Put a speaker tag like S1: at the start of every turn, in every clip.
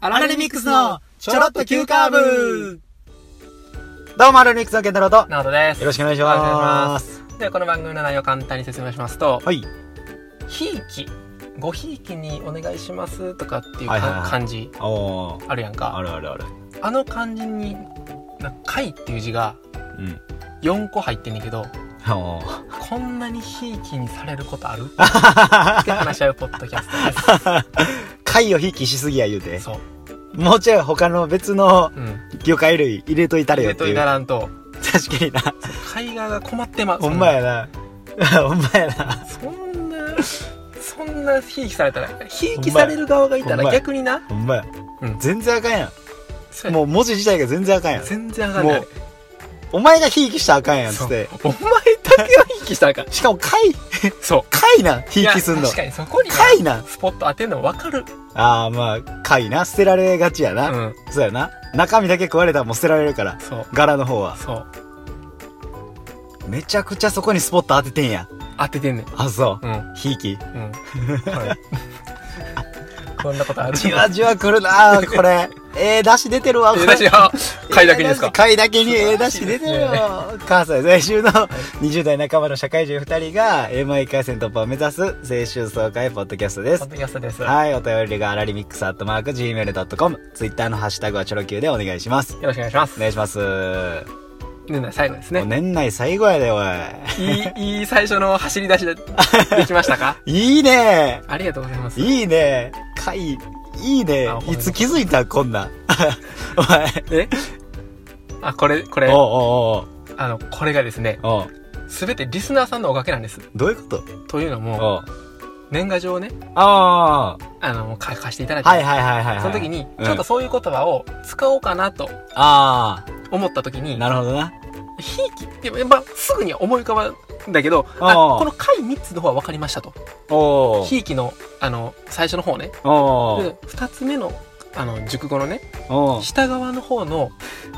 S1: アラレミックスのちょろっと急カーブ
S2: どうも、アルミックスの健太郎と、よ
S1: などです。
S2: ろしくお願いし
S1: お願いしま
S2: ます。
S1: で、この番組の内容を簡単に説明しますと、
S2: はい。
S1: ひいき、ごひいきにお願いしますとかっていう
S2: はいはいは
S1: か
S2: い
S1: 漢字
S2: おー、
S1: あるやん
S2: あ
S1: か。
S2: るあるある。
S1: あの漢字に、な、かいっていう字が
S2: うん。
S1: 4個入ってんねんけど、
S2: おー。
S1: こんなにひいきにされることあるって話し合うポッドキャスト
S2: 貝を引きしすぎや言う
S1: で
S2: て
S1: す。。そう。
S2: もうちょい他の別の
S1: うん。
S2: 魚介類入れといたれよ
S1: で
S2: って
S1: と
S2: い。
S1: いうならんと、
S2: 確かにな。
S1: 海側が困ってます。
S2: ほんまやな。 ほんまやな。
S1: そんな、そんなひいきされたら、ひいきされる側がいた
S2: ほんま
S1: ら
S2: や
S1: 逆にな、
S2: ほんまや
S1: うん。
S2: 全然あかんや。
S1: そうんや
S2: もう文字自体が全然あかんやん。
S1: 全然上がん
S2: も。、
S1: ないう
S2: お前がひいきしたらあかんやんっつ
S1: そう
S2: って。
S1: お前だけはひいきしたらあかん。
S2: しかも貝、
S1: そう。
S2: 貝な、ひいきすん
S1: いや
S2: の。
S1: 確かにそこにな
S2: 貝な。
S1: スポット当てんの分かる。
S2: ああ、まあ、貝な。捨てられがちや
S1: う
S2: な。
S1: ん。
S2: そうやな。中身だけ食われたらもう捨てられるから。
S1: そう。
S2: 柄の方は。
S1: そう。
S2: めちゃくちゃそこにスポット当ててんや。
S1: 当ててんねん。
S2: あ、そう。
S1: うん。うん。
S2: ひいき。
S1: はい こんなことある。
S2: じわじわ来るな あこれ。ええ出汁出てるわ、こ
S1: え
S2: れ。
S1: だしは、買いだけにですか。
S2: 貝だけに
S1: 素晴らし
S2: え
S1: い
S2: え出汁出 てる
S1: で
S2: よ
S1: すね。
S2: 関西在住の20代 半ばの社会人2人が M1 回戦突破を目指す青春爽快ポッドキャストで
S1: ポッ
S2: す。
S1: ドキャストです。よ
S2: はい、お便りがアラリミックスアットマーク Gmail.com。ツイッターのハッシュタグはチョロ Q でお願いします。
S1: ろしくお願いします。
S2: お願いします。
S1: 年内最後です
S2: もう
S1: ね。
S2: 年内最後やで、お
S1: いい、いい最初の走り出しで、できました か
S2: い。いいね
S1: ありがとうございます。
S2: いいね。かい、いいね
S1: あ。ほんま
S2: いつ気づいたこんなん。 お前。
S1: えあ、これ、これ、
S2: おうおう
S1: あの、これがですね、
S2: おうおう
S1: すべてリスナーさんのおかげなんです。
S2: どういうこと
S1: というのも、
S2: おう
S1: 年賀状をね、
S2: ああ。
S1: あの、か貸していただいて、
S2: はいはいはいはいはい。
S1: その時に、
S2: うん
S1: ちょっとそういう言葉を使おうかなと
S2: あ
S1: 思った時に
S2: あ。、なるほどな。
S1: ひいきって、やっぱすぐには思い浮かばんだけど、あ
S2: あー
S1: この回3つの方は分かりましたと。
S2: おう
S1: ひいきの、あの、最初の方ね。
S2: おう
S1: で、2つ目の、あの、熟語のね、
S2: おう
S1: 下側の方の、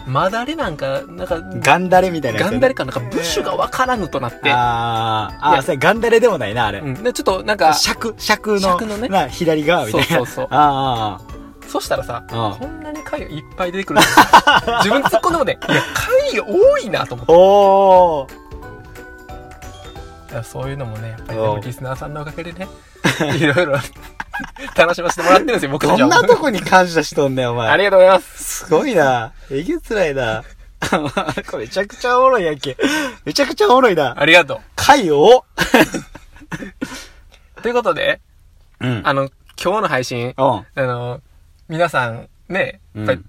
S1: まだれなんか、なんか、
S2: ガンダレみたいなやつ
S1: ガ
S2: やね。
S1: ンダレかなんか、ブッシュが分からぬとなって、
S2: ああ。
S1: い
S2: あ
S1: や
S2: あ、それガンダレでもないな、あれ
S1: う。ん、でちょっとなんか、
S2: 尺、尺の
S1: 尺のね、
S2: な、左側み
S1: そ
S2: た
S1: う
S2: いな。
S1: そうそう。
S2: ああ
S1: そしたらさ、
S2: ああ。
S1: こんなに貝がいっぱい出てくる。 自分突っ込んでもね、いや、貝多いなと思って。
S2: おお
S1: だからそういうのもね、やっぱり
S2: お
S1: ね
S2: う
S1: リスナーさんのおかげでね、 いろい ろ楽しませてもらってるんですよ、僕たち
S2: ど
S1: は。
S2: んなとこに感謝しとんねん、お 前。
S1: ありがとうございます。
S2: すごいな。えげつないな。 これめちゃくちゃおもろいやんけ。めちゃくちゃおもろいな。
S1: ありがと
S2: 回
S1: う。
S2: を
S1: ということで、
S2: うん。
S1: あの、今日の配信、
S2: うん。
S1: あの、皆さんね、やっぱり
S2: うん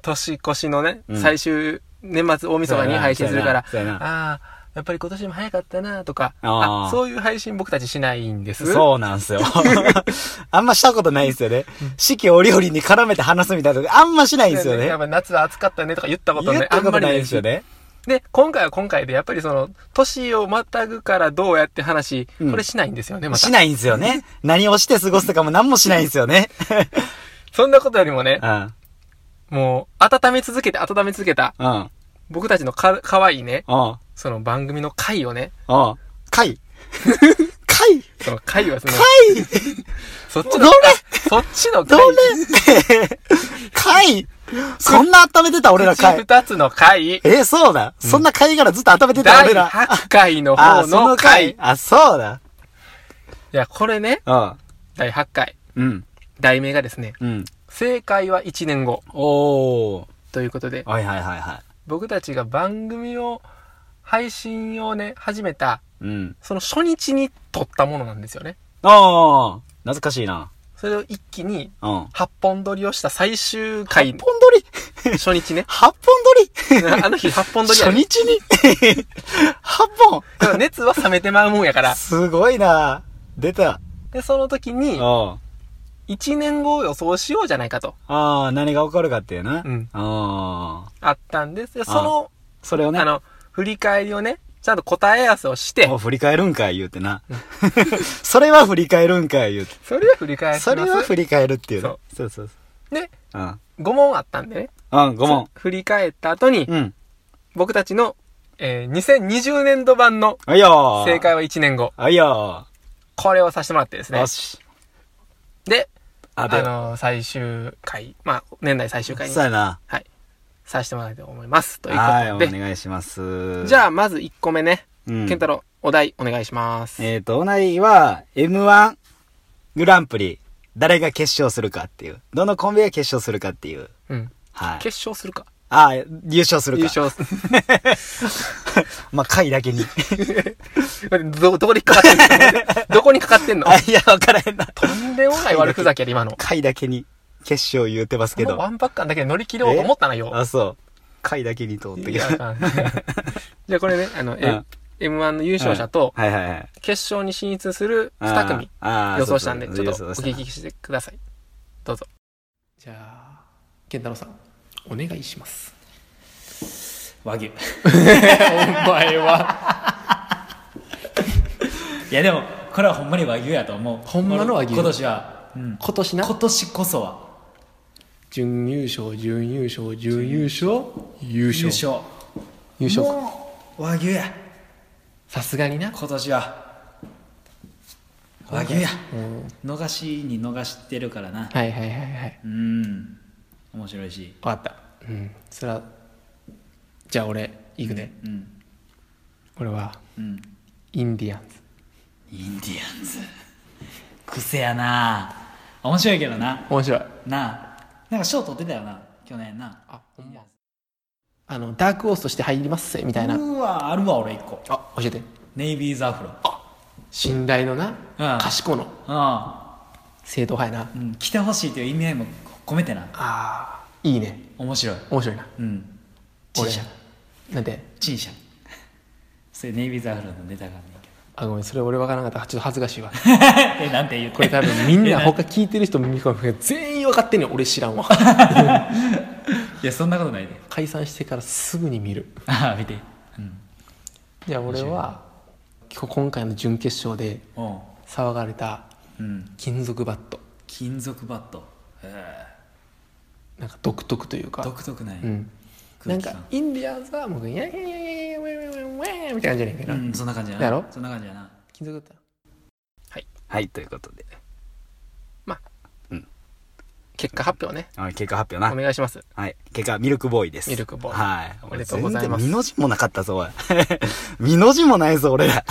S1: 年越しのね、
S2: うん
S1: 最終年末大晦日に配信するから、
S2: そうやな。
S1: ああ、やっぱり今年も早かったなとか
S2: あー
S1: あ、そういう配信僕たちしないんです。
S2: そうなんすよ。 あんましたことないんすよね。四季折々に絡めて話すみたいなとこあんましないんすよね
S1: やっ。ぱ夏は暑かったねとか言ったこと
S2: 言
S1: ね
S2: っ、たこと
S1: あんまり
S2: ない
S1: ない
S2: ん
S1: し
S2: すよね。
S1: で、今回は今回で、やっぱりその、年をまたぐからどうやって話、
S2: うん
S1: これしないんですよね、また。
S2: しないんすよね。何をして過ごすとかも何もしないんすよね。
S1: そんなことよりもね
S2: う、ん。
S1: もう、温め続けて、温め続けた、
S2: うん。
S1: 僕たちのか、かわいいね、
S2: うん。
S1: その番組の回をね、
S2: うん。回。回
S1: その回はその、
S2: 回
S1: そっち
S2: どれ
S1: の、そっちの
S2: ど
S1: 回、
S2: れ回そんな温めてた俺ら
S1: うち
S2: 回。
S1: 二つの回、
S2: えー、そうだ。そんな貝殻ずっと温めてた
S1: 第
S2: 俺ら。
S1: 8回の
S2: あ
S1: 方
S2: ー、そ
S1: の
S2: の
S1: 回。
S2: 貝
S1: い。
S2: あ、そうだ。
S1: や、これね、第8回、
S2: うん。
S1: 題名がですね、
S2: うん。
S1: 正解は1年後、
S2: おー。
S1: ということで、
S2: はいはいはいは
S1: 僕たちが番組を、配信をね、始めた、
S2: い。うん。
S1: その初日に撮ったものなんですよね。
S2: あー、懐かしいな。
S1: それを一気に
S2: うん。
S1: 8本撮りをした最終
S2: 八
S1: 回
S2: 本、撮り。
S1: 初日ね
S2: 八本撮り
S1: あの日8本撮りや
S2: 初
S1: ね。
S2: 日に 八本
S1: だから熱は冷めてまうもんや から。
S2: すごいな。出た。
S1: で、その時に、
S2: あ
S1: 1年後を予想しようじゃないかと、
S2: あー、何が起こるかっていう
S1: う
S2: な。
S1: ん
S2: あ
S1: あったんです。でその、
S2: ー。それを
S1: あ
S2: ね、
S1: の、振り返りをね、ちゃんと答え合わせをして
S2: お、振り返るんかい言うてな。 それは振り返るんかい言うて。
S1: それは振り返ります。
S2: それは振り返るっていうね
S1: そ
S2: そうそうそ
S1: で、
S2: う。うん。
S1: 5問あったんでね。
S2: うん、5問。
S1: 振り返った後に、
S2: うん。
S1: 僕たちの、えー2020年度版の
S2: あいよー。
S1: 正解は1年後。
S2: あいよ
S1: これをさせてもらってです
S2: ー。
S1: ね
S2: よ。し。
S1: で、
S2: あ
S1: あ
S2: で
S1: の、最終回、まあ、年内最終回に
S2: そうやな。
S1: はい。させてもらいたいと思います。という
S2: はい、お
S1: ことで。
S2: 願いします。
S1: じゃ
S2: あ、
S1: あ、まず1個目ね。
S2: うん、
S1: 健太郎、お題お願いします。
S2: えっ、と、お題は、M1 グランプリ、誰が決勝するかっていう。どのコンビが決勝するかっていう。
S1: うん。
S2: はい。
S1: 決勝するか。
S2: ああ、優勝する
S1: 優
S2: か。
S1: 勝す
S2: まあ、回だけに。
S1: ど、 どこにかかってんの どこにかかってんの
S2: あ、いや、わからへんな。
S1: とんでもない悪ふざけやで、今の。
S2: 回だけに、決勝言うてますけ
S1: この
S2: ど
S1: ワ。ンパッカンだけで乗り切ろうと思ったのよ。
S2: あ、そう。回だけに通って
S1: い
S2: き
S1: やあ
S2: た。
S1: かん じゃあこれね、あの、え
S2: うん
S1: M1 の優勝者と
S2: はいはいはい。
S1: 決勝に進出する2組
S2: あー
S1: 予想したんで、
S2: そう
S1: ち
S2: そう
S1: ょっと
S2: そう
S1: お
S2: 予想
S1: 聞
S2: した
S1: きしてください。どうぞ。じゃあ、健太郎さん、お願いします。
S3: 和牛い
S1: お前は、
S3: やでもこれはほんまに和牛やと思う
S1: ほんまの和牛
S3: 今年は、うん、
S1: 今年
S3: 今年こそは
S1: 準優勝、準優勝、準優勝、優
S3: 優勝
S1: 優勝か
S3: もう和牛や
S1: さすがにな。
S3: 今年は和牛や逃しに逃してるからな
S1: はいはいはいはい。
S3: うん面白いし
S1: わかった。うん。それは、じゃあ俺、行くね。
S3: うん
S1: 俺は、
S3: うん
S1: インディアンズ。
S3: インディアンズ癖やな面白いけどな
S1: 面白い。
S3: なあなんか賞取ってたよな去年な
S1: あ、ほんま。あの、ダークオースとして入りますぜ、みたいな。
S3: うわあるわ俺一個
S1: あ、教えて。
S3: ネイビーズアフロ
S1: 信頼のな、
S3: うん
S1: 賢の
S3: あ
S1: 正統派や
S3: あ、
S1: な。
S3: うん、来てほしいという意味合いも込めてな
S1: あー、いいね。
S3: 面白い
S1: 面白いな。
S3: うん陳
S1: 俺
S3: 謝
S1: なんで、
S3: 陳謝それネイビーズアフロのネタがあんねんけ
S1: あ、ごめん、それ俺わからなかった。ちょっと恥ずかしいわ。
S3: どえなんて言う
S1: これ多分みんな他聞いてる人も見込む全員分かってんの俺知らんわ。
S3: いやそんなことない で
S1: 解散してからすぐに見る。
S3: ああ見てうん
S1: じゃあ俺は、今日今回の準決勝で
S3: おう
S1: 騒がれた
S3: うん
S1: 金属バット。
S3: 金属バットへ
S1: なんか独特という
S3: え
S1: か。
S3: 独特ない、
S1: うん。
S3: 空
S1: なん
S3: 気感
S1: かインディアンズはもう、やいやいやいやウェイウェイウェイウェイみたいな感じじゃないか
S3: う
S1: な。
S3: ん、そんな感じやな
S1: やろ
S3: そんな感じやな
S1: 金属だったら
S2: はい、ということで。
S1: 結果発表ね。
S2: あ結果発表
S1: お
S2: な。
S1: 願いします。
S2: はい。結果、ミルクボーイです。
S1: ミルクボーイ
S2: はい。
S1: おめでとうございます
S2: 俺全然身の字もなかったぞ、おい。 身の字もないぞ、俺ら。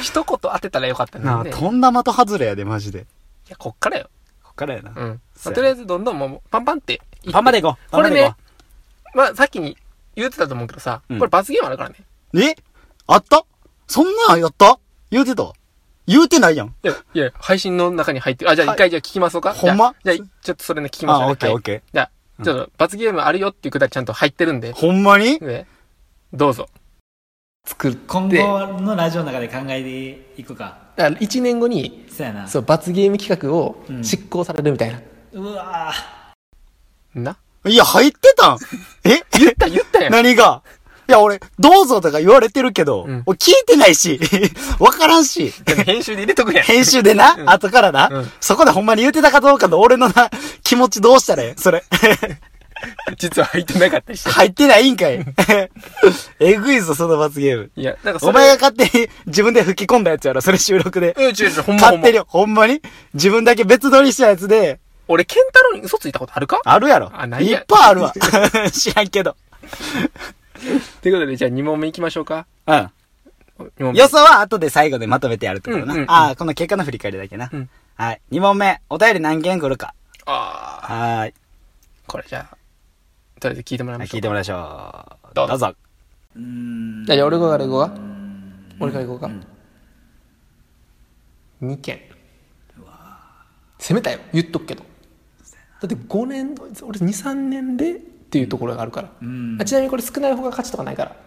S1: 一言当てたらよかった
S2: な
S1: の
S2: あ、
S1: にね。い
S2: とんだ的外れやで、マジで。
S1: や、こっからよ。
S2: こっからやな。
S1: うん。ま
S2: そ
S1: あ、
S2: うやな
S1: とりあえずどんどんもう、パンパンって。
S2: パンまでいこう。
S1: これね
S2: パ
S1: まあ、さっきに言ってたと思うけどさ、
S2: うん
S1: これ罰ゲームあるからね。
S2: ンまでいこう。えあったそんなんやった言うてた言うてないやん。
S1: いや、いや、配信の中に入ってる。あ、じゃあ
S2: はい
S1: 一回じゃあ聞きましょうか。
S2: ほんま
S1: じゃあ、じゃあちょっとそれね、聞きましょう、ね。
S2: あ、オッケー
S1: はい
S2: オッケ
S1: じゃあ、ちょっと罰ゲームあるよっていうくだりちゃんと入ってるんで
S2: ー。。ほんまに
S1: で、どうぞ。作る。
S3: 今
S1: で
S3: 後のラジオの中で考えていくか
S1: だから1年後に、
S3: そうやな
S1: そう、罰ゲーム企画を
S3: うん
S1: 執行されるみたいな。
S3: うわ
S1: な。
S2: いや、入ってたんえ言っ
S1: だ言ったやん。
S2: 何がいや、俺、どうぞとか言われてるけど、
S1: うん
S2: 俺聞いてないし、 わからんし、
S1: でも編集で入れとくやん。
S2: 編集でな、後からな、
S1: うん
S2: そこでほんまに言ってたかどうかの俺のな、気持ちどうした らええそれ。
S1: 実は入ってなかったりして。
S2: 入ってないんかい。 えぐいぞ、その罰ゲーム。
S1: いや、なんかそれ
S2: お前が勝手に自分で吹き込んだやつやろ、それ収録で。
S1: うん、違う違う、ほんまほん
S2: 勝
S1: ま
S2: 手。に、ほんまに自分だけ別撮りしたやつで、
S1: 俺、ケンタロウに嘘ついたことあるか
S2: あるやろ。
S1: あない
S2: い
S1: や
S2: っぱいあるわ。 知らんけど。
S1: ということで、じゃあ2問目いきましょうか。
S2: うん。
S1: 2問目。
S2: 予想は後で最後でまとめてやるってことな。
S1: うんうんうん
S2: ああ、この結果の振り返りだけな。
S1: うん
S2: はい。2問目。お便り何件来るか。
S1: ああ、
S2: はーい。
S1: これじゃあ、とりあえず聞いてもらい
S2: は
S1: ま
S2: い
S1: しょ
S2: 聞
S1: う
S2: いて。もらいましょう。
S1: どうぞ
S2: ぞ。
S3: ーうーん
S1: じゃあ、俺から行こうか。俺から行こうか。2件。攻めたよ。言っとくけど。だって5年、俺2、3年でっていうところがあるから。
S3: ん
S1: あちなみにこれ少ない方が勝ちとかないから。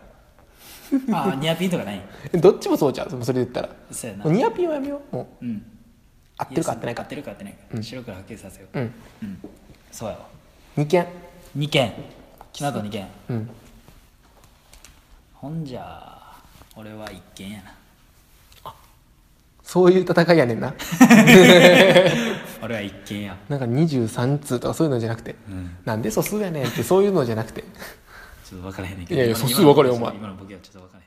S3: あーニアピンとかない
S1: どっちもそうじゃん、それで言ったら。
S3: そうやな
S1: もうニアピンはやめよう。もう、
S3: うん
S1: 合ってるか合ってない
S3: 合
S1: か
S3: っ。てるか合ってないか、白黒はっきりさせよう
S1: う。
S3: うんそうやわ
S1: 2件。
S3: 2件昨日と2件
S1: うん。
S3: ほんじゃ俺は1件やな
S1: そういう戦いやねんな。
S3: 俺は1件や
S1: なんか23通とかそういうのじゃなくて、なんで素数やねんってそういうのじゃなくて。
S3: ちょっと分からへんねんけど
S1: いやいや
S3: 今の
S1: 素数分かるよ
S3: 今の
S1: お前
S3: 今のボケはちょっと分か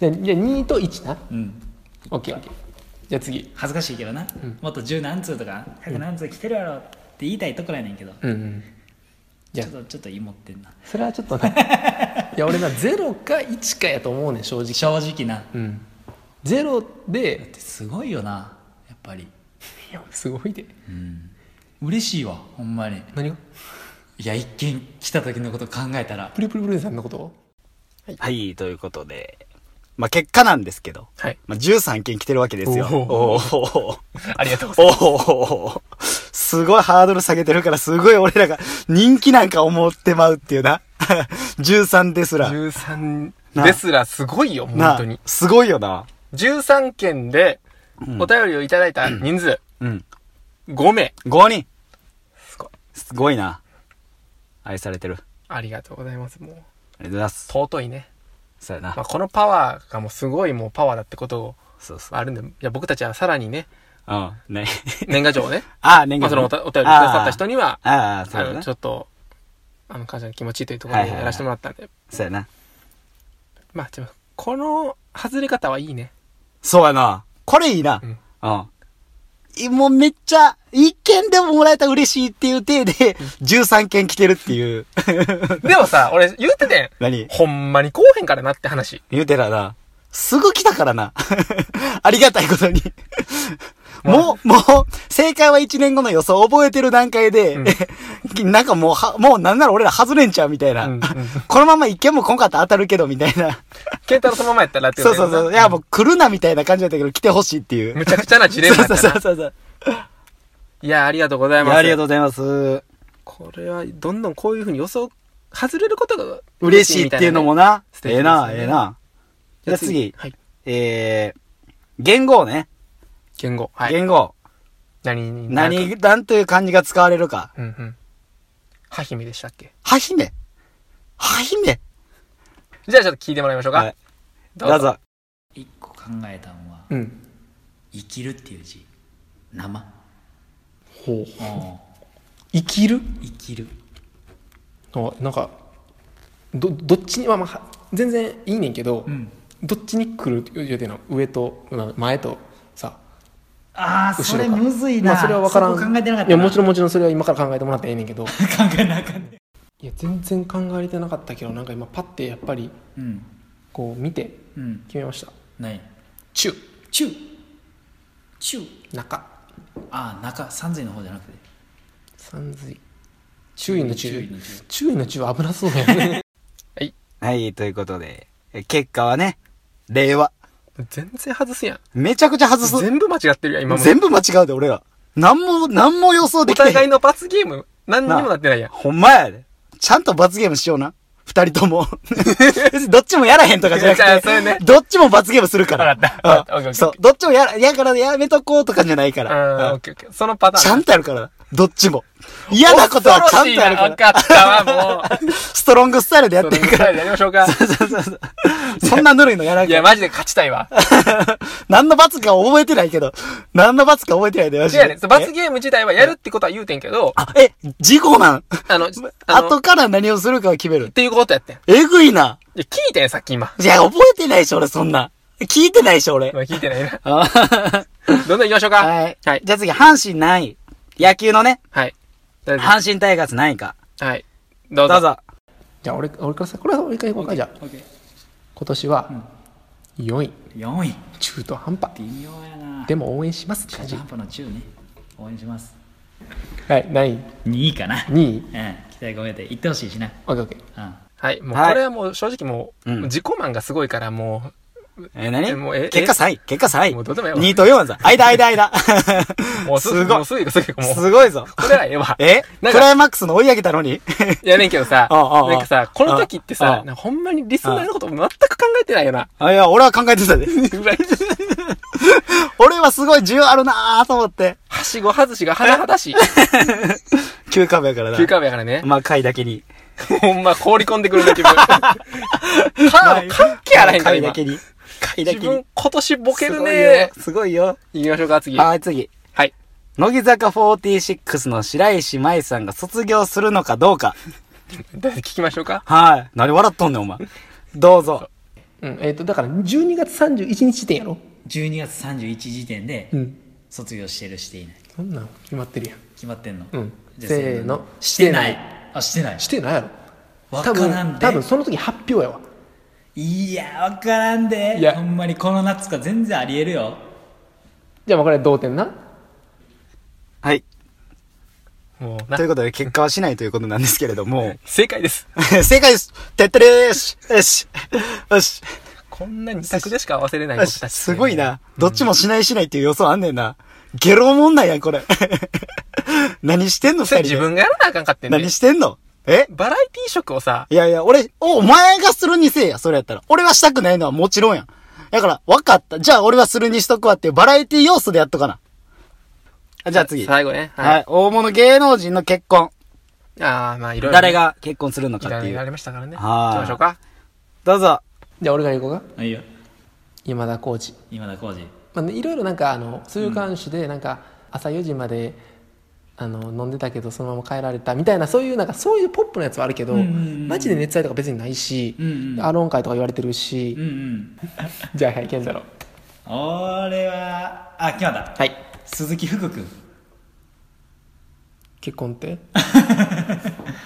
S3: らへん
S1: じゃあじゃあ2と1な。
S3: うん
S1: オッケーオッケー。じゃあ次
S4: 恥ずかしいけどな、もっと十何通とか百何通来てるやろって言いたいところやねんけど、
S1: うんうんい
S4: ち
S1: や
S4: ょっとちょっと芋ってんな
S1: それはちょっとね いや俺な0か1かやと思うねん正直
S4: 正直なだ
S1: うん0
S4: っ
S1: で
S4: てすごいよなやっぱり
S1: いやすごいで
S4: 嬉しいわほんまに
S1: 何が
S4: いや一見来た時のこと考えたら
S1: プリプリプリンさんのこと
S2: はい、ということで。まあ、結果なんですけど。
S1: はい
S2: まあ、13件来てるわけですよ。
S1: お
S2: おお
S1: ありがとうござい
S2: おおすごいハードル下げてるから、すごい俺らが人気なんか思ってまうっていうな。13ですら。
S1: ます13
S2: な
S1: ですらすごいよ本
S2: な
S1: 当に、
S2: すごいよな。
S1: 13件で
S2: うん
S1: お便りをいただいた人数
S2: うん。
S1: 5名
S2: 5人
S1: すごい
S2: すごいな。愛されてる。
S1: ありがとうございますもう
S2: ありがとうございます。
S1: 尊いね、
S2: そうやな
S1: まあ、。このパワーがもうすごいもうパワーだってことを
S2: そうそう。
S1: あるんでいや僕たちはさらに ね
S2: うん。ね。
S1: 年賀状をね、
S2: ああ、年
S1: ま
S2: 賀
S1: あ、そのおたお便りくださった人
S2: に。
S1: には
S2: ああ、そう
S1: あ
S2: や
S1: の
S2: な。
S1: ち
S2: そ
S1: ょっとあの感謝の気持ちというところでやらせてもらったんで、
S2: うやな。
S1: まあでもこの外れ方はいい ね
S2: そうやな。これいいな。
S1: う
S2: うんん。いもうめっちゃ、一件でももらえたら嬉しいっていう体で、13件来てるっていう。
S1: でもさ俺言うててん
S2: 何
S1: ほんまにこうへんからなって話
S2: 言うてらな。すぐ来たからな。 ありがたいことに。もう、もう、正解は1年後の予想を覚えてる段階で、 なんかもうは、もうなんなら俺ら外れんちゃうみたいな。
S1: うんうん
S2: このまま一件も来んかったら当たるけどみたい な。
S1: 健太郎そのままやったらってい
S2: そうそうそう。いやも
S1: う
S2: う来るなみたいな感じだったけど来てほしいっていう。
S1: むちゃくちゃなジレンマやった
S2: そう
S1: な
S2: そうそうそう。
S1: いやありがとうござい
S2: い
S1: ます
S2: やありがとうございます。
S1: これはどんどんこういうふうに予想外れることが
S2: 嬉しいっていうのも
S1: ね
S2: な。
S1: 素敵ですね
S2: ええな、ええな。じゃあ次、
S1: はい
S2: えー、言語をね。
S1: 言語はい
S2: 言語。
S1: 何に
S2: 何、なんという漢字が使われるか。
S1: うんうんはひみでしたっけ
S2: はひめ。はひめ。
S1: じゃあちょっと聞いてもらいましょうか、
S2: はいどうぞ。
S4: 一個考えたんは
S1: うん
S4: 生きるっていう字生
S1: ほう
S4: うん
S1: 生きる
S4: 生きる
S1: あなんかどどっちにまあまあは全然いいねんけど、
S4: ん
S1: どっちに来る言うてんの上とな前とさ
S4: ああ
S1: 後
S4: そ
S1: ろ
S4: れ
S1: か
S4: むずいな、
S1: まあ、それは分からん
S4: そこ考えてなかったない
S1: やもちろんもちろんそれは今から考えてもらってええねんけど 考えなあかんねいや全然考えれてなかったけどなんか今パッてやっぱり
S4: うん
S1: こう見て
S4: うん
S1: 決めました
S4: ない
S1: 中
S4: 中中
S1: 中
S4: ああ中三髄の方じゃなくて
S1: 三髄注意の
S4: 注
S1: 注
S4: 意の注
S1: 注意の注危なそうやねはい
S2: はい、ということで、え結果はね、令和。
S1: 全然外すやん
S2: めちゃくちゃ外す。
S1: 全部間違ってるやん今も
S2: 全部間違うで、俺ら。なんも、なんも予想
S1: お
S2: できない。
S1: 互いの罰ゲーム何にもなってないやん
S2: ほんまやで。ちゃんと罰ゲームしような。二人とも。 別にどっちもやらへんとかじゃな
S1: じゃあ
S2: く
S1: それ
S2: て、
S1: ね
S2: どっちも罰ゲームするから。
S1: わかったわかったオッケーオッケー
S2: うんそう。どっちもやら、やからやめとこうとかじゃないか
S1: うん
S2: ら。
S1: オ
S2: う
S1: ッ
S2: ん
S1: ケーオッケーそのパターン
S2: ちゃんとやるから。どっちも。嫌なことはちゃんとやるから。
S1: 恐ろしいなわかったわ、もう。
S2: ストロングスタイルでやってるか
S1: その
S2: ら。
S1: やりましょ うか。
S2: そうそうそう そんなぬるいのやらん
S1: い
S2: か
S1: や、
S2: ら。
S1: マジで勝ちたいわ。
S2: 何の罰か覚えてないけど。何の罰か覚えてないで、マジ
S1: 違うね
S2: で。。
S1: 罰ゲーム自体はやるってことは言うてんけど、
S2: あ、え、事故なん。
S1: あの、あの、っ
S2: 後から何をするかを決める。
S1: ていうことやってん。い
S2: えぐいな。
S1: や、聞いてん、さっき今。
S2: いや、覚えてないでしょ、俺、そんな。聞いてないでしょ、俺。
S1: まあ聞いてないな。
S2: は
S1: どんどん行きましょうか。
S2: い。
S1: はい。
S2: じゃあ次、阪神何位野球のね、
S1: はい。大丈
S2: 阪神タイガース何位か。
S1: 夫はい。ど
S2: ど
S1: うぞ。
S2: うぞ。
S1: じゃあ、俺、俺からさ、これは俺から行こうか、じゃあ。
S4: OK
S1: 今年は、4位。
S4: 4位
S1: 中途半端。
S4: 微妙やな
S1: でも応援します。
S4: 中途半端の中ね応援します
S1: はい、何位
S4: 2位かな
S1: ?2 位
S4: うん期待込めて行ってほしいしな
S1: オッケーオッケー。
S4: うん
S5: はい、もう
S2: はい
S5: これはもう正直もう、
S2: うん
S5: 自己満がすごいからも
S2: えー、何
S5: えもうえ
S2: 結果3位。結果3位。
S5: もうどうでもええわ
S2: ?2 と4ぞ。間、間、間。
S5: う、もう
S2: す
S5: も。
S2: ごいう
S5: すぐすぐもう、
S2: すごいぞ。
S5: これはええわ。
S2: えク
S5: なんか
S2: ライマックスの追い上げたのに
S5: やねんけどさ、
S2: ああああ
S5: なんかさ、この時って
S2: ああ
S5: さ、なんかほんまにリスナーのこと全く考えてないよな。
S2: あ、いや、俺は考えてたで。
S5: うわ
S2: 俺はすごい需要あるなーと思って。
S5: はしご外しが甚だし い。
S2: 急カーブやからな。
S5: 急カーブやからね。
S2: まあ、回だけに。
S5: ほんま凍り込んでくるね、 自分。カーブ関係あらへんから、
S2: 回だ
S5: 今。
S2: けに。回だ
S5: 自
S2: けに
S5: 分。今年ボケるね
S2: すごいよ。
S5: 行きましょうか、次。
S2: はい、次。
S5: はい。
S2: 乃木坂46の白石麻衣さんが卒業するのかどうか。
S5: 聞きましょうか。
S2: はい。何笑っとんねん、お前。どうぞ。
S1: うん、えっ、と、だから12月31日時点やろ
S6: 12月31時点で
S4: うん
S6: 卒業してるしていない
S4: そんなん決まってるやん
S6: 決まってんの、
S4: うん
S6: じゃあ
S4: せーの
S6: してな
S4: して
S6: いあしてない
S4: してないやろ
S6: わからんで
S4: 多分多分その時発表やわ
S6: いや分からんで
S4: いや
S6: ほんまにこの夏か全然ありえるよ
S4: じゃあ分からん同点な
S2: はい。
S4: もう
S2: ということで、結果はしないということなんですけれども、
S1: 正解です。
S2: 正解ですてってれーしよしよし
S1: こんな二択でしか合わせれない
S2: よ
S1: 僕
S2: した
S1: ちって
S2: すごい。な。どっちもしないしないっていう予想あんねんな。ゲロ問題やん、これ。 何してんの、
S1: それ
S2: 二
S1: 自
S2: 人で。
S1: 分がやらなあかんかってね。
S2: 何してんのえ
S1: バラエティ色をさ、
S2: いやいや、俺、お、お前がするにせえや、それやったら。俺はしたくないのはもちろんやん。だから、分かった。じゃあ俺はするにしとくわっていうバラエティ要素でやっとかな。あじゃあ次。はい。
S1: 最後ね。い。
S2: 大物芸能人の結婚。
S1: ああ、まあいろいろね。
S2: 誰が結婚するの
S1: 議
S2: かっ
S1: 題
S2: てい
S1: になり
S2: う。
S1: ましたからね。行き
S2: はい
S1: ましょうか。
S2: どうぞ。
S4: じゃあ俺から行こうか
S6: あいいよ
S4: 今田耕司
S6: 今田耕司
S4: まあね、いろいろなんかあの週刊誌でなんか朝4時まであの飲んでたけどそのまま帰られたみたいなそういうなんかそういうポップなやつはあるけど、
S6: うんうんうん
S4: マジで熱愛とか別にないし、
S6: うんうん
S4: アローン会とか言われてるし、
S6: うんうん
S4: じゃあはい健太郎
S6: 俺はあ決まった
S4: はい
S6: 鈴木福君
S4: 結婚って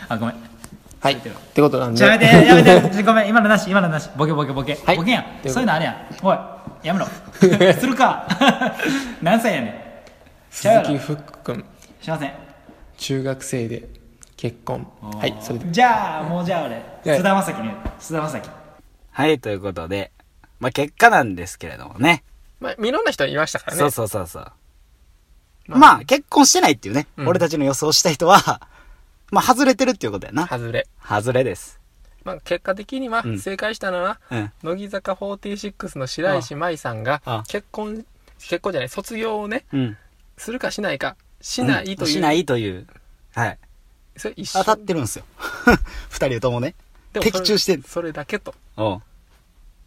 S6: あごめん
S4: はいってことなん
S6: ち
S4: で
S6: ょやめてやめてちょごめん今のなし今のなしボケボケボケ、
S4: はい
S6: ボケやん
S4: ということ
S6: そういうのあれやんおいやめろ するか 何歳やねんちゃうや
S4: 鈴
S6: ろ
S4: 木福君
S6: すいません
S4: 中学生で結婚はいそれで
S6: じゃあもうじゃあ俺
S4: や
S6: 菅田将暉ね菅田将暉
S2: はい、ということで。まあ、結果なんですけれどもね。
S1: まあ、いろんな人いましたからね。
S2: そうそうそうそう。まあ、結婚してないっていうね。
S1: うん
S2: 俺たちの予想した人は、 まあ、外れてるっていうことやな。
S1: 外れ。
S2: 外れです。
S1: まあ、結果的には
S2: うん
S1: 正解したのは、
S2: うん。
S1: 乃木坂46の白石麻衣さんが
S2: ああ
S1: 結婚結婚じゃない卒業をね
S2: うん。
S1: するかしないかしないという、
S2: しないという。はい。
S1: それ一緒
S2: 当たってるんですよ。二人ともね。
S1: でも
S2: 的中して
S1: そ
S2: ん
S1: れそれだけと
S2: おう
S1: こ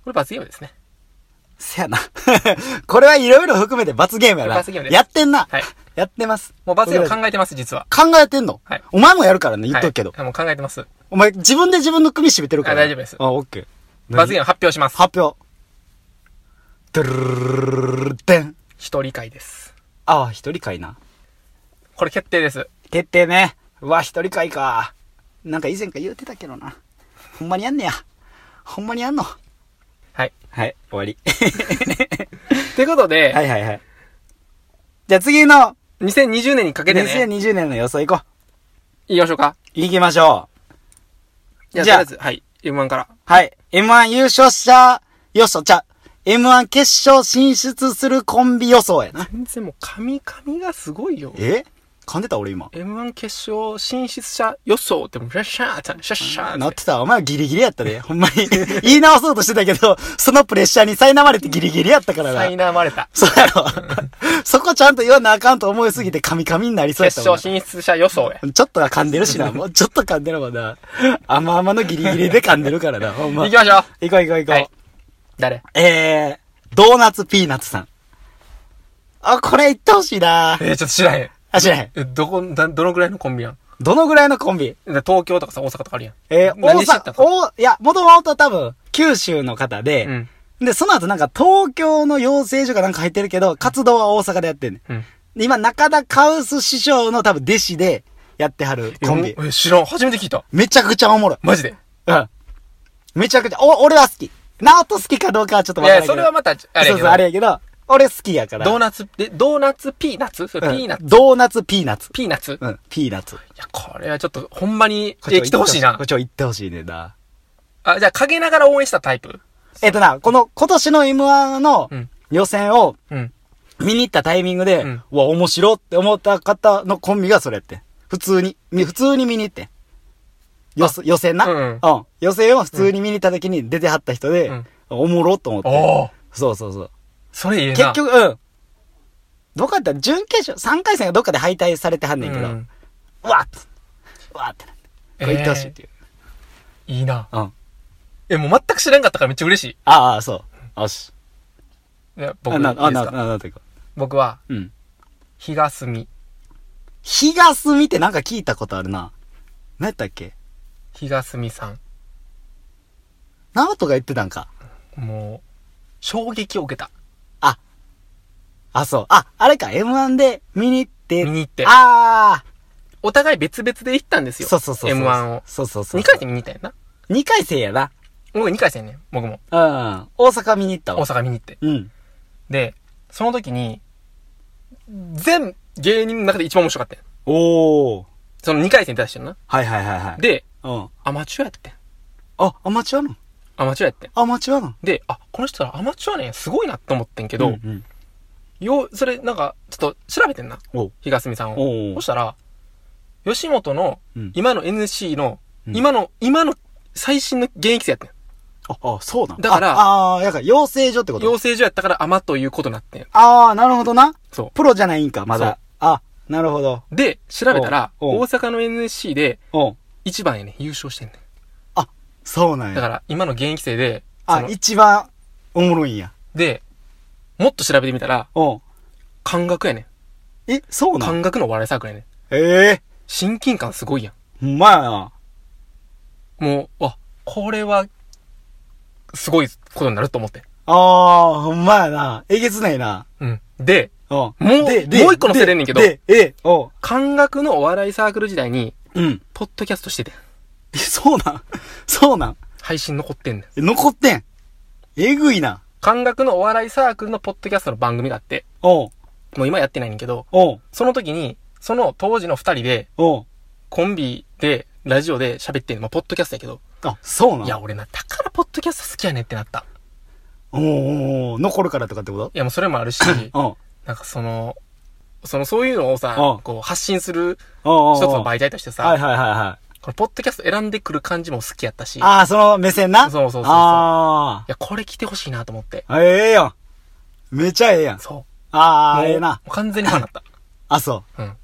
S1: れ罰ゲームですね
S2: せやな。これはいろいろ含めて罰ゲームやな。
S1: 罰ゲームです
S2: やってんな。
S1: はい
S2: やってます。
S1: もう罰ゲーム考えてます実は
S2: 考えてんの、
S1: はい
S2: お前もやるからね、言っとくけど。
S1: はいもう考えてます
S2: お前、自分で自分の首絞めてるからな。
S1: あ大丈夫です
S2: あ、オッケー。
S1: 罰ゲー
S2: ム。
S1: ム発表します
S2: 発表。ドゥルルルルルデン。
S1: 一人会です
S2: ああ、一人かいな。
S1: これ決定です
S2: 決定ね。うわ、一人会か。なんか以前から言うてたけどな。ほんまにやんねや。ほんまにやんの。
S1: はい
S2: はい、終わり。
S1: ということで、
S2: はいはいはい。じゃあ次の、
S1: 2020年にかけてね
S2: 2020年の予想行こ
S1: 言いましょうか
S2: う。行きましょ
S1: じゃあ
S2: じ
S1: とりあ
S2: ゃあ
S1: えずはい M1 から
S2: う。はい。M1 優勝者、よっしょ、じゃあ、M1 決勝進出するコンビ予想やな。
S1: 全然もう神々がすごいよ
S2: え噛んでた俺今。
S1: M1 決勝進出者予想ってもうシャッシャーってシャッシャーって
S2: なってた。お前はギリギリやったで。ほんまに。 言い直そうとしてたけど、そのプレッシャーに苛まれてギリギリやったからな。
S1: 苛まれた。
S2: そうやろ。 そこちゃんと言わなあかんと思いすぎてカミカミになりそうやっ
S1: 決
S2: た
S1: 勝
S2: もん。
S1: 進出者予想や。
S2: ちょっとは噛んでるしな。もうちょっと噛んでるもんな。甘々のギリギリで噛んでるからな。ほんま。
S1: 行きましょう
S2: 行こう行こう行こう。
S1: はい誰
S2: えー、ドーナツピーナツさん。あ、これ言ってほしいな
S1: えー、ちょっと知らへん。
S2: あ、知らへん。
S1: え、どこ、だどのぐらいのコンビなん
S2: どのぐらいのコンビ
S1: だ東京とかさ、大阪とかあるやん。
S2: えー、
S1: 何
S2: 大
S1: 知った
S2: 阪、
S1: の
S2: 大、いや、元々は多分、九州の方で、
S1: うん。
S2: で、その後なんか東京の養成所かなんか入ってるけど、活動は大阪でやってんねん。
S1: うん。
S2: で今、中田カウス師匠の多分弟子でやってはるコンビ
S1: え。え、知らん。初めて聞いた。
S2: めちゃくちゃおもろい。
S1: マジで。
S2: うん。めちゃくちゃ、お、俺は好き。ナオト好きかどうかはちょっと
S1: い
S2: わから
S1: や、
S2: ないけ
S1: そ
S2: ど。
S1: れはまた、あれ
S2: そう
S1: やけ
S2: そう、
S1: ど
S2: あれやけど、俺好きやから。
S1: ドーナツ、で、ドーナツピーナツそれ
S2: うん
S1: ピーナツ
S2: ドーナツピーナツ。
S1: ピーナツい
S2: うん、ピーナツ。
S1: や、これはちょっと、ほんまに、
S2: こっ
S1: え、
S2: ち
S1: 来てほしいな
S2: こっ。ちを言ってほしいねんな。
S1: あ、じゃあ、陰ながら応援したタイプ
S2: えっとな、この、今年の M1 の
S1: うん
S2: 予選を
S1: うん。
S2: 見に行ったタイミングで、
S1: う
S2: うんわ、面白って思った方のコンビがそれやってん。普通に、み普通に見に行ってん。予す予選な、
S1: うん
S2: うん。予選を普通に見に行った時に出てはった人で、
S1: うん
S2: おもろと思って。
S1: おー
S2: そうそうそう。
S1: それいいな。
S2: 結局、うん。どっかやったら準決勝、3回戦がどっかで敗退されては
S1: う、
S2: んねんけど、うんわっつうわってなって。これ言ってほしいっていう。
S1: いいな。
S2: うん。
S1: え、もう全く知らんかったからめっちゃ嬉し
S2: ああ、そう。よし。
S1: い。いや僕、
S2: あ
S1: いい
S2: な、
S1: で
S2: あ、
S1: す
S2: な、
S1: か
S2: な、なんていうか。
S1: 僕は、
S2: うん。
S1: 日がすみ。
S2: 日がすみってなんか聞いたことあるな。何やったっけ
S1: 日がすみさん。
S2: ナオトが言ってたんか。
S1: もう、衝撃を受けた。
S2: あ、あ、そう。あ、あれか、M1 で見に行って。
S1: 見に行って
S2: ああ、
S1: お互い別々で行ったんですよ。
S2: そうそうそうそう。
S1: M1 を。
S2: そうそうそう。
S1: 2回戦見に行ったんやな。
S2: 二回生やな。
S1: 僕2回戦ね、僕も。
S2: うん。大阪見に行った
S1: 大
S2: わ。
S1: 阪見に行って。
S2: うん。
S1: で、その時に、全芸人の中で一番面白かったんや
S2: おお。
S1: その2回戦出してるな。
S2: はいはいはいはい。、
S1: で、
S2: うん。
S1: アマチュアやってん。
S2: あ、アマチュアの
S1: アマチュアやってん。
S2: アマチュアの
S1: で、あ、この人らアマチュアなんや、すごいなって思ってんけど、
S2: んん。
S1: よう、それ、なんか、ちょっと調べてんな。
S2: おう
S1: 東澄さん
S2: おう
S1: を。そしたら、吉本の
S2: うん、
S1: 今の NSC の、
S2: うん
S1: 今の、今の最新の現役生やってん。
S2: あ、あ、そうなん
S1: だから
S2: ああー、やから養成所ってこと
S1: 養成所やったからアマということになってん。
S2: ああ、なるほどな。
S1: そ
S2: プロじゃないんか、ま
S1: そう
S2: だ。あ、なるほど。
S1: う。で、調べたら、
S2: おうおう
S1: 大阪の NSC で、
S2: うん。
S1: 一番やね、優勝してんねん。
S2: そうなん
S1: だか
S2: や。
S1: ら、今の現役生で、そ
S2: あ、
S1: の
S2: 一番おもろいんや。
S1: で、もっと調べてみたら、
S2: うん。
S1: 感覚やね。
S2: え、そうんなん
S1: 感覚のお笑いサークルやねん。
S2: ええ
S1: 親近感すごいや
S2: ほんまやな。
S1: ん。もう、あ、これは、すごいことになると思って。
S2: ああ、ほんまやな。えげつないな。
S1: うん。で、
S2: うん。も
S1: うもう一個のせれんねんけど
S2: で、え、おう
S1: 感覚のお笑いサークル時代に、
S2: うん。
S1: ポッドキャストしててん。
S2: え、そうなん。 そうなん。
S1: 配信残ってんねん。
S2: え残ってん。えぐいな。
S1: 感覚のお笑いサークルのポッドキャストの番組があって、
S2: おう
S1: もう今やってないねんけど、
S2: おう
S1: その時に、その当時の二人で、
S2: おう
S1: コンビで、ラジオで喋ってんの。まあ、ポッドキャストやけど。
S2: あ、そうなん。
S1: いや、俺な、だからポッドキャスト好きやねんってなった。
S2: おうおうおう残るからとかってこ
S1: いや、もうそれもある し、
S2: とうん。
S1: なんかその、その、そういうのをさ
S2: うん、
S1: こう、発信する
S2: おうおうおう
S1: 一つの媒体として
S2: はい
S1: さ、
S2: はいはいはい。
S1: このポッドキャスト選んでくる感じも好きやったし、いや、
S2: ああ、その目線な。
S1: そうそうそうそう
S2: あ
S1: これ来てほしいなと思って。
S2: あ。ええやん。めちゃええやん。
S1: そう。
S2: あ
S1: も
S2: あ、
S1: う
S2: ええな。
S1: もう完全にファンだった。
S2: あ、そう。
S1: うん。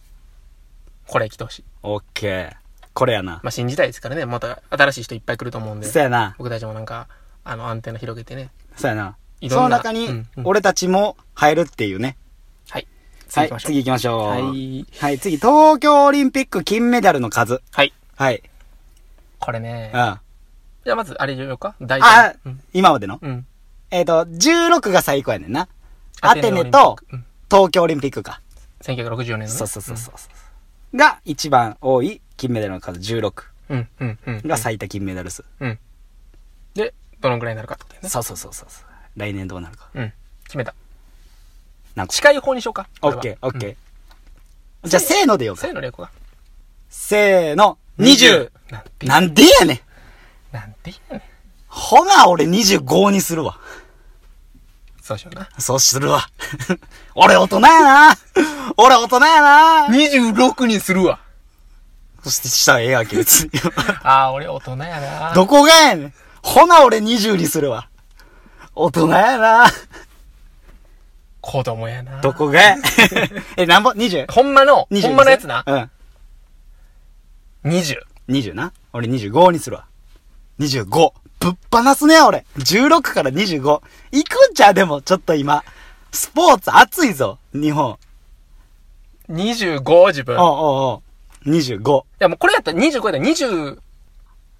S1: これ来てほしい。
S2: オッケー。これやな。
S1: まあ、新時代ですからね、また新しい人いっぱい来ると思うんで、
S2: そうやな。
S1: 僕たちもなんか、あの、アンテナ広げてね。
S2: そうやな。
S1: い
S2: そ
S1: ろ
S2: の
S1: んな
S2: 中
S1: う
S2: に
S1: んうん、
S2: 俺たちも入るっていうね。
S1: はい。次行き
S2: はい
S1: ま、しょう。
S2: 次行きましょう。
S1: はい。
S2: はい、次、東京オリンピック金メダルの数。
S1: はい。
S2: はい。
S1: これね。
S2: うん。あ、
S1: じゃあまず、あれ言おうか大体。うん。
S2: 今までの
S1: うん。
S2: えっと、16が最高やねんな。アテネと
S1: オリン
S2: 東京オリンピックか。
S1: ピック、うん、1964年のね。
S2: そうそうそうそう。が一番多い金メダルの数16
S1: うん。うん。うん。うん。
S2: が最多金メダル数。
S1: うん。で、どのぐらいになるかってことだよね。
S2: そうそうそうそうそう。来年どうなるか。
S1: うん。決めた。
S2: なんか
S1: 近い方にしようか。
S2: オッケー、オッケー。じゃあ、せーのでよう
S1: せ
S2: か
S1: ー。の、レイコが。
S2: せーの、20!
S1: なんて、
S2: なんでやねん
S1: なんて言うねん
S2: ほな、俺25にするわ。
S1: そうしような。
S2: そうするわ。 俺大人やな俺大人やな
S1: 26にするわ。
S2: そしてしたらええやんけ、 別に。
S1: ああ、俺大人やな。
S2: どこがやねんほな、俺20にするわ。大人やな
S1: 子供やな。
S2: どこが やえ、なんぼ ?20?
S1: ほんまの、ほんまのやつな。
S2: う
S1: 20。
S2: ん。20な。俺25にするわ。25。ぶっ放すね、俺。16から25。行くんちゃうでも、ちょっと今。スポーツ熱いぞ、日本。
S1: 25自分。い
S2: おうおうおう。25。
S1: やもうこれやったら25やったら20。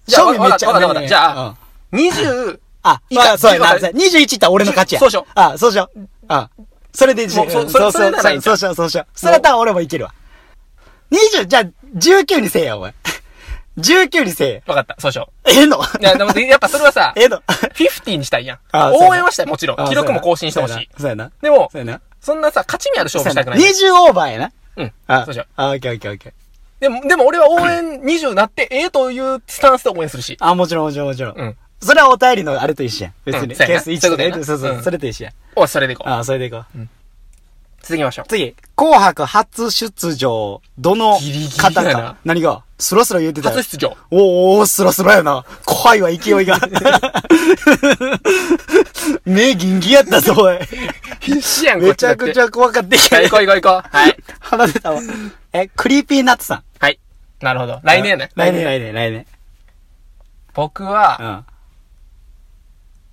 S1: じゃあ
S2: 正味めっちゃ
S1: わかったわかったわかったじゃあ
S2: うん
S1: 20。
S2: あ、
S1: いいか
S2: まあ、そうやな。
S1: いいか
S2: 21いったら俺の勝ちや。
S1: そうしよう
S2: あ、そうしよう。あ、それで
S1: もうそそそれならいいんち
S2: そ
S1: ゃ
S2: う
S1: う
S2: しよう、そうしよう。それやったら俺もいけるわ。20、じゃあ、19にせえや、お前。19にせえや。
S1: わかった、そうしよ
S2: ええの
S1: う。いや、でもやっぱそれは さ、
S2: ええの
S1: 50にしたいやん。
S2: あそうやな
S1: 応援はしたい、もちろん。記録も更新してほしい。
S2: そうやな。
S1: でも
S2: そう、やな。
S1: そんなさ、勝ち目ある
S2: そ
S1: 勝
S2: う
S1: 負
S2: や
S1: した
S2: な。
S1: くない。
S2: 20オーバーやな。
S1: うん。
S2: あ、
S1: そうしよう。
S2: あ、オッケーオッケーオッケー。
S1: でも、でも俺は応援20なって、ええというスタンスで応援するし。
S2: あ、もちろんもちろんもちろ
S1: うんん。
S2: それはお便りのあれと一緒やん。別
S1: う
S2: に。
S1: んそう
S2: ケ
S1: や
S2: ー
S1: な
S2: ス1とか
S1: そういうこと
S2: ね
S1: やな
S2: そうそうう、
S1: ん
S2: それと一緒やん。
S1: おそれでいこう。
S2: あ、それでいこう。
S1: 続きましょう。
S2: 次、紅白初出場、どの
S1: ギリギリ
S2: 方
S1: や
S2: か
S1: な。
S2: 何がスラスラ言うてたよ
S1: 初出場。
S2: おーおー、スラスラやな。怖いわ、勢いが。 目ギンギンやったぞ、おい。
S1: 必死やん、こ
S2: め
S1: っ
S2: ちゃくち
S1: ゃ。
S2: ゃ怖かった
S1: はい、行こう行こう行こう。 はい。
S2: 離れたわ。え、クリーピーナッツさん。
S1: はい。なるほど。来年やね。
S2: 来年、来年、来年。
S1: 僕
S2: う
S1: は、
S2: ん。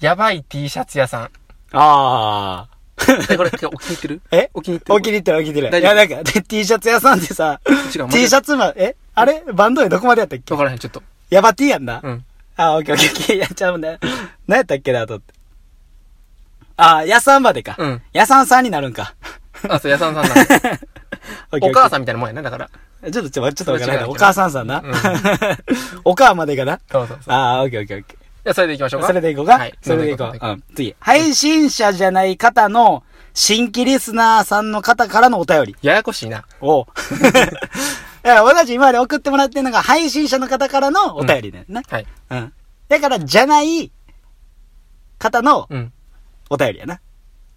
S1: やばい T シャツ屋さん。
S2: あー。
S1: えこれ、お気に入ってる
S2: え
S1: お気に入ってる
S2: お気に入ってる、お気に入ってる。
S1: 大
S2: い
S1: 丈夫
S2: や、なんか、で T シャツ屋さんってさ、
S1: 違う
S2: T シャツま、えあれバンド名どこまでやったっけ
S1: わからへん、ちょっと。
S2: ヤバ T やんな。
S1: うん。
S2: あ、オッケーオッケーオッケー。いやっちゃうね。何やったっけな、とって。あ、やさんまでか。
S1: うん
S2: やさんさんになるんか。
S1: あ、そう、やさんさん なんだお母さんみたいなもんやな、だから。
S2: ん。ちょっと、ちょっと、ちょっとわからない。
S1: それ違う
S2: お母さんさんな。
S1: うん
S2: お母までがな。
S1: そうそうそう。
S2: ああ、オッケーオッケーオッケ
S1: じゃあ、それでいきましょう
S2: ー。
S1: か。
S2: それでいこうか。
S1: はい。
S2: それでいこう。
S1: か
S2: うん。次。配信者じゃない方の新規リスナーさんの方からのお便り。
S1: ややこしいな。
S2: お う。いや、私たち今まで送ってもらってるのが配信者の方からのお便りだよね。
S1: はい。
S2: うん。だから、じゃない方の
S1: うん。
S2: お便りやな。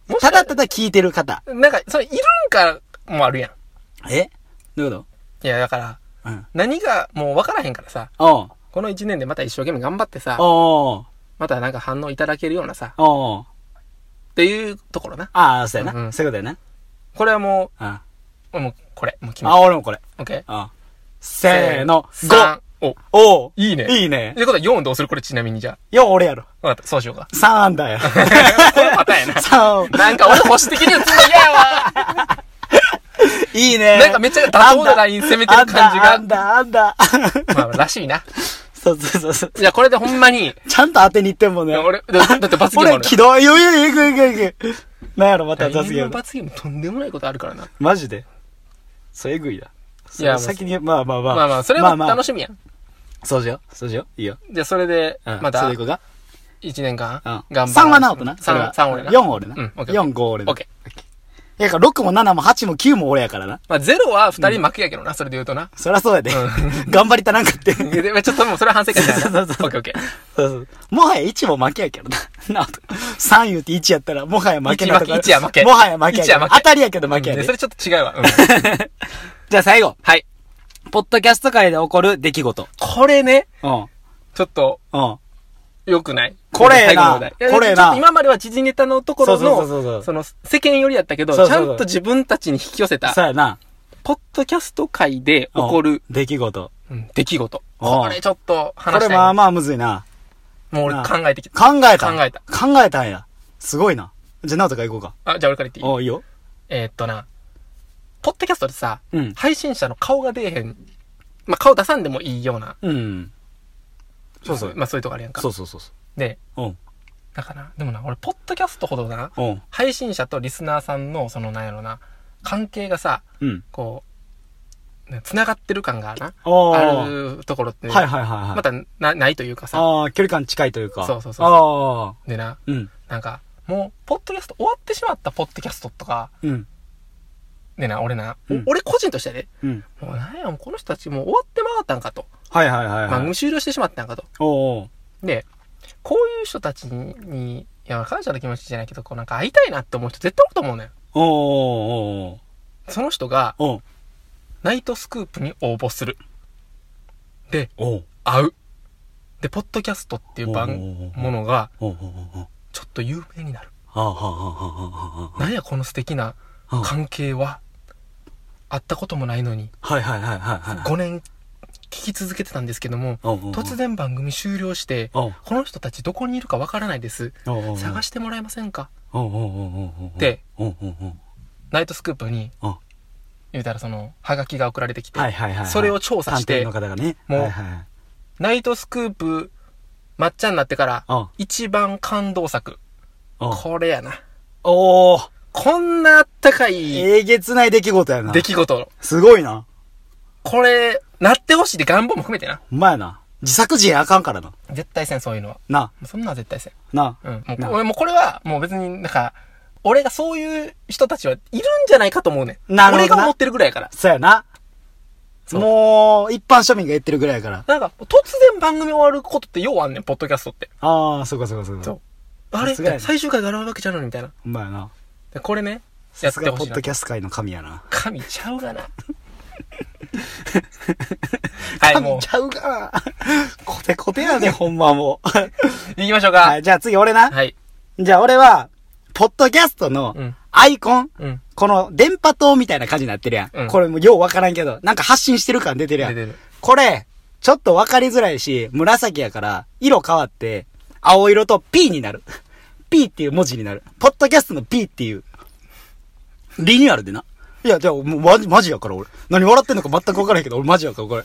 S1: もしか
S2: ただただ聞いてる方。
S1: なんか、それ、いるんかもあるやん。
S2: えどういうこ
S1: いや、だから、
S2: とうん。
S1: 何がもう分からへんからさ、
S2: おう
S1: この一年でまた一生懸命頑張ってさ、
S2: おう
S1: またなんか反応いただけるようなさ、
S2: おうおう
S1: っていうところな。
S2: ああ、そうやな。
S1: うんうん
S2: そういうことやな。
S1: これはも
S2: あ
S1: う、もう、これ、もう決
S2: あ、
S1: まっ
S2: 俺もこれ。
S1: オッケー
S2: あせーの、5。
S1: 三お。
S2: おう
S1: いいね。
S2: いいね
S1: と。いうことは4どうするこれちなみにじゃ
S2: よ、俺やろ。
S1: あ。わかった、そうしようか。
S2: 3アンダー や。
S1: このパター ンやな。
S2: 3。
S1: なんか俺保守的に映るの嫌やわ。
S2: いいね。
S1: なんかめっちゃ妥当なライン攻めてる感じが
S2: アンダー、アンダー、アンダー。
S1: まあ、らしいな。
S2: そうそうそうそう。
S1: いや、これでほんまに、
S2: ちゃんと当てにいってんもんね。
S1: 俺、だだって罰ゲームあ
S2: 俺、
S1: る
S2: 軌道、いよいよ、いくいくいく。なんやろ、また雑
S1: ゲー
S2: ゲー
S1: ム
S2: ム。
S1: 罰ゲームとんでもないことあるからな。
S2: マジで。そう、えぐいな。い
S1: や
S2: や、先に、まあまあまあ。
S1: まあまあ、それは楽
S2: し
S1: しみやん。
S2: そうしよう。そうしよう。いいよ。
S1: じゃあ、それで、
S2: うん
S1: ま
S2: そ
S1: た
S2: れで、いこうか。
S1: 1年間、
S2: うん
S1: 頑張る。
S2: 3は直人な。それは
S1: 3、三俺な。
S2: 4俺な。
S1: うん、オッケー。
S2: 4、5俺な。
S1: オッケー。
S2: いや、から6も7も8も9も俺やからな。
S1: まあ、ゼロは二人負けやけどな、それで言うとな。
S2: そりゃそうやで。 頑張りたなんかって。そう
S1: でまあちょっともうそれは反省会だ
S2: そう
S1: な。
S2: そ
S1: オッ
S2: うそう
S1: ケーオッケー。
S2: そうもはや1も負けやけどな。 なあと。3言うて1やったら、もはや負けなとか。
S1: 一や負け
S2: もはや負けやけ
S1: 一や
S2: ど。
S1: 負け
S2: 当たりやけど負けや
S1: で
S2: で
S1: そ。れちょっと違うわ。うん。
S2: じゃあ最後。
S1: はい。
S2: ポッドキャスト界で起こる出来事。
S1: これね、
S2: うん。うん。
S1: ちょっと、良くない
S2: これええな
S1: 最後の話題いや
S2: これええな
S1: ちょっと今までは知人ネタのところ
S2: そうそうそうそ
S1: の、
S2: う
S1: その、世間寄りやったけど、
S2: そう
S1: ち
S2: そう
S1: ゃ
S2: そうん
S1: と自分たちに引き寄せた
S2: そう、やな。
S1: ポッドキャスト界で起こ
S2: うん
S1: る、
S2: 出来事。
S1: うん出来事。
S2: うん
S1: これちょっと
S2: こ
S1: 話し
S2: れ
S1: たい
S2: ま
S1: な。
S2: あまあむずいな。
S1: もう俺
S2: な
S1: 考えてきた。
S2: 考えたん
S1: 考えた。
S2: 考えたんや。すごいな。じゃあ、なおとか行こうか。
S1: あ、じゃあ俺から言っていい
S2: おういいよ。
S1: えーっとな、ポッドキャストでさ、
S2: うん
S1: 配信者の顔が出えへん。まあ、顔出さんでもいいような、
S2: うん。そうそう。
S1: まあ、そういうとこあるやんか。
S2: そうそうそうそ
S1: で、
S2: う。うん。
S1: だから、でもな、俺、ポッドキャストほどな、
S2: うん。
S1: 配信者とリスナーさんの、その、なんやろな、関係がさ、
S2: うん。
S1: こう、ね繋がってる感がな、
S2: おー
S1: あるところって、
S2: はいはいはいはい。
S1: またな、ないというかさ、
S2: ああ、距離感近いというか。
S1: そうそうそう
S2: ああ。
S1: でな、
S2: うん。
S1: なんか、もう、ポッドキャスト終わってしまったポッドキャストとか、
S2: うん。
S1: でな、俺な、
S2: うん
S1: お俺個人としてね、
S2: うん。
S1: もうなんや、もうこの人たちもう終わってまったんかと。
S2: はいはいはい、は
S1: 番
S2: い
S1: 組。終了してしまったんかと。
S2: おうおう
S1: で、こういう人たちに、にいや、感謝の気持ちじゃないけど、こうなんか会いたいなって思う人絶対おると思うねん。
S2: おうおうおう
S1: その人が、
S2: おう
S1: ナイトスクープに応募する。で、
S2: おう
S1: 会う。で、ポッドキャストっていう番
S2: おうおうおうおう
S1: ものが、
S2: おうおうおうおう
S1: ちょっと有名になる。
S2: ああはあはあはあはあは
S1: なんや、この素敵な
S2: あ
S1: 関係は。会ったこともないのに、
S2: はいはいはいはいはい。
S1: 5年聞き続けてたんですけども、
S2: おうおうおう
S1: 突然番組終了して、
S2: おう
S1: この人たちどこにいるかわからないです。
S2: おうおうおう
S1: 探してもらえませんか
S2: おうおうおうおうおう
S1: で
S2: おうおうおう
S1: ナイトスクープに
S2: あ、
S1: 言うたらその、ハガキが送られてきて、
S2: はいはいはいはい。
S1: それを調査して
S2: 探偵の方がね。
S1: もう
S2: はいはいはい
S1: ナイトスクープ、抹茶になってから
S2: あ、
S1: 一番感動作。
S2: おう
S1: これやな。
S2: おお
S1: こんなあったかい
S2: えげつない出来事やな。
S1: 出来事。
S2: すごいな。
S1: これ、なってほしいって願望も含めてな。
S2: ほんまやな。自作自演あかんからな。
S1: 絶対せん、そういうのは。も
S2: な、
S1: うそんなんは絶対せん。
S2: な。
S1: うん。もう
S2: な
S1: 俺もうこれは、もう別になんか、俺がそういう人たちはいるんじゃないかと思うねん。
S2: なるほどな
S1: 俺が思ってるぐらいやから。
S2: そうやな。
S1: そう
S2: もう、一般庶民が言ってるぐらいやから。
S1: なんか、突然番組終わることってようあんねん、ポッドキャストって。
S2: ああ、そうかそうかそうか。
S1: そうあれ
S2: さすがやな
S1: 最終回が現れるわけちゃうのにみたいな。
S2: ほんまやな。
S1: でこれね、やっ
S2: さす
S1: て
S2: が
S1: ほ
S2: ポ
S1: しい
S2: ッ
S1: な
S2: ド。キャスト界の神やな。
S1: 神ちゃうが な。はい、も
S2: 神ちゃうかな。コテコテ やね、ほんまもう。
S1: う、行きましょうか
S2: は。い、じゃあ次俺な。
S1: はい。
S2: じゃあ俺は、ポッドキャストの
S1: うん
S2: アイコン。
S1: うん。
S2: この電波塔みたいな感じになってるやん。
S1: うん
S2: これもうようわからんけど、なんか発信してる感出てるやん。
S1: 出てる
S2: これ、ちょっとわかりづらいし、紫やから、色変わって、青色と P になる。P っていう文字になる。ポッドキャストの P っていう。リニューアルでな。いや、じゃあ、もうマジ、マジやから俺。何笑ってんのか全くわからへんけど、俺マジやからこれ。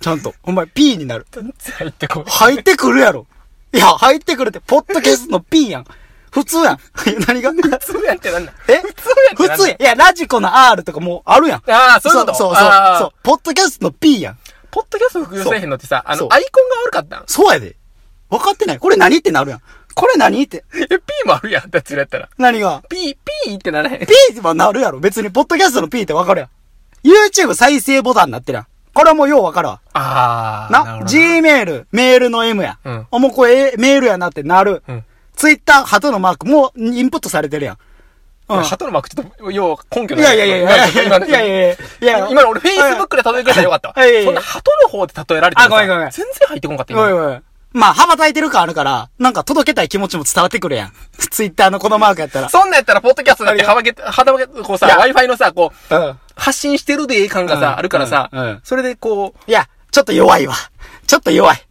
S2: ちゃんと。お前 P になる。
S1: 全然入ってこい。
S2: 入ってくるやろ。いや、入ってくるって、ポッドキャストの P やん。普通やん。 何が
S1: 普通やんってなんなん
S2: え
S1: 普通やんってなん
S2: 普通やん。いや、ラジコの R とかもうあるやん。
S1: ああ、そういうこと
S2: そうそう
S1: あ
S2: そう
S1: あ
S2: そう。ポッドキャストの P やん。
S1: ポッドキャスト服用せえへんのってさ、あ
S2: そ
S1: の
S2: う、
S1: アイコンが悪かったん
S2: そうやで。分かってない。これ何ってなるやん。これ何って。
S1: え、P もあるやん、だってそれやったら。
S2: 何が
S1: P、P ってならへん。
S2: ?P はなるやろ。別に、ポッドキャストの P って分かるやん。YouTube 再生ボタンになってるやん。これはもうよう分かるわ。
S1: ああ。
S2: な、
S1: るほど
S2: Gmail、メールの M や。
S1: うん
S2: あ、もうこれ、えメールやなってなる。
S1: うん
S2: Twitter、鳩のマーク、もうインプットされてるやん。
S1: いうや
S2: ん。
S1: 鳩のマークちょっと、要は根拠
S2: いやいやいやいやいや
S1: 今の
S2: いやいやいやいや
S1: 今の俺、フェイスブックで例えくれたらよかったわ。
S2: いやいやいや
S1: そんな鳩の方で例えられてもさ
S2: あごめんごめん
S1: 全然入ってこんかった今
S2: おいおい。まあ、羽ばたいてる感あるから、なんか届けたい気持ちも伝わってくるやん。 ツイッターのこのマークやったら。
S1: そんなんやったら、ポッドキャストだって、はばけ、はばけ、こうさ、Wi-Fi のさ、こう、
S2: うん。
S1: 発信してるで感が
S2: うん
S1: さ、あるからさ
S2: うんうん、
S1: それでこう、
S2: いや、ちょっと弱いわ。ちょっと弱い。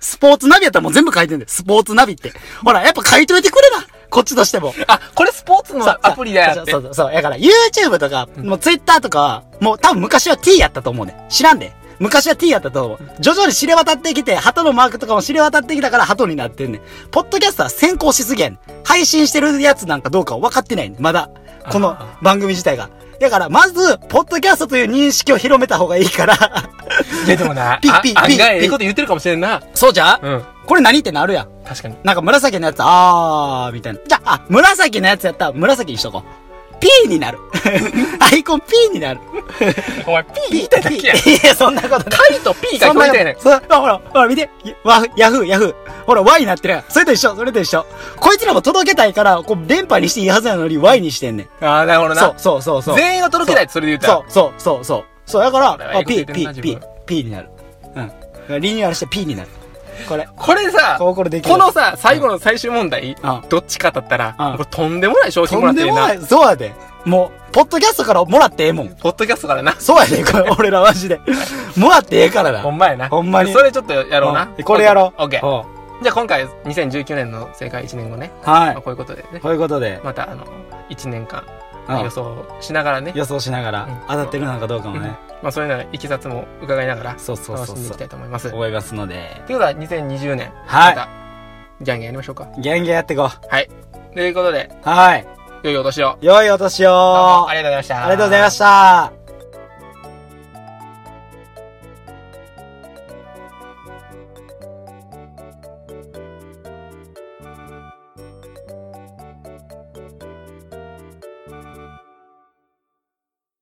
S2: スポーツナビやったらもう全部書いてんだよ。スポーツナビって。ほら、やっぱ書いといてくれな。こっちとしても。
S1: あ、これスポーツの
S2: さ
S1: アプリだよ
S2: さ
S1: って
S2: そ。うそうそう。だから YouTube とか、もう Twitter とかは、もう多分昔は T やったと思うね。知らんで。昔は T やったと思う。徐々に知れ渡ってきて、鳩のマークとかも知れ渡ってきたから鳩になってんねん。ポッドキャストは先行しすぎやねん。配信してるやつなんかどうか分かってないねんまだ。この番組自体が。だから、まず、ポッドキャストという認識を広めた方がいいから。
S1: いやでもな、
S2: ピッピッ
S1: あ
S2: ピッ
S1: 案外、
S2: ピ
S1: え
S2: ッ
S1: えこと言ってるかもしれんな。
S2: そうじゃ、
S1: うん
S2: これ何ってなるやん。
S1: 確かに。
S2: なんか紫のやつ、あー、みたいな。じゃあ、あ紫のやつやったら紫にしとこう。P になる。 アイコン P になる。
S1: お前、ピー言いたいだけやん。
S2: いや、そんなことない。
S1: カイとピーが聞こえたよね。
S2: そんなことそほら、ほら、見て。わ、ヤフー、ヤフー。ほら、Y になってるやん。それと一緒、それと一緒。こいつらも届けたいから、こう、電波にしていいはずなのに Y にしてんねん。
S1: ああ、なるほど
S2: そう
S1: な。
S2: そうそうそう。
S1: 全員が届けないってそれで言ったら。
S2: そうそうそうそう。そう、だか
S1: これ
S2: ら、
S1: は
S2: あ
S1: いいこと
S2: P、
S1: 言ってん
S2: P
S1: な、
S2: P
S1: 自分、
S2: P になる。うん。リニューアルして P になる。これ。
S1: これさ、
S2: こう
S1: こ
S2: これできる
S1: のさ、最後の最終問題、どっちかだったら、
S2: うん
S1: これとんでもない賞品も
S2: と
S1: ら
S2: ん
S1: って
S2: で
S1: る
S2: もな
S1: な。
S2: い。そうやで。もう、ポッドキャストからもらってええもん。
S1: ポッドキャストからな。
S2: そうやねん、これ、俺らマジで。もらってええからな。
S1: ほんまやな。
S2: ほんまに
S1: それちょっとやろうな。
S2: んこれやろう。
S1: オッケー。
S2: うん
S1: じゃあ今回、2019年の正解1年後ね。まあ
S2: は
S1: こういうことでね
S2: い。。ということで、
S1: また、あの、1年間
S2: うん
S1: 予想しながらね。
S2: 予想しなが
S1: うん
S2: ら、当たってるのかどうかもね、
S1: まあそういうような行きさつも伺いながら、
S2: そうそうそう
S1: 楽
S2: そ
S1: し
S2: うん
S1: でいきたいと思います。というこ
S2: 思いますので。
S1: とは2020年。
S2: はい
S1: また、ギャンギャンやりましょうか。
S2: ギャンギャンやっていこ
S1: はい。ということで、
S2: う。はい。
S1: 良いお年を。
S2: 良いお年を。
S1: どうも
S2: あ
S1: ありがとうございました。
S2: りがとうございました。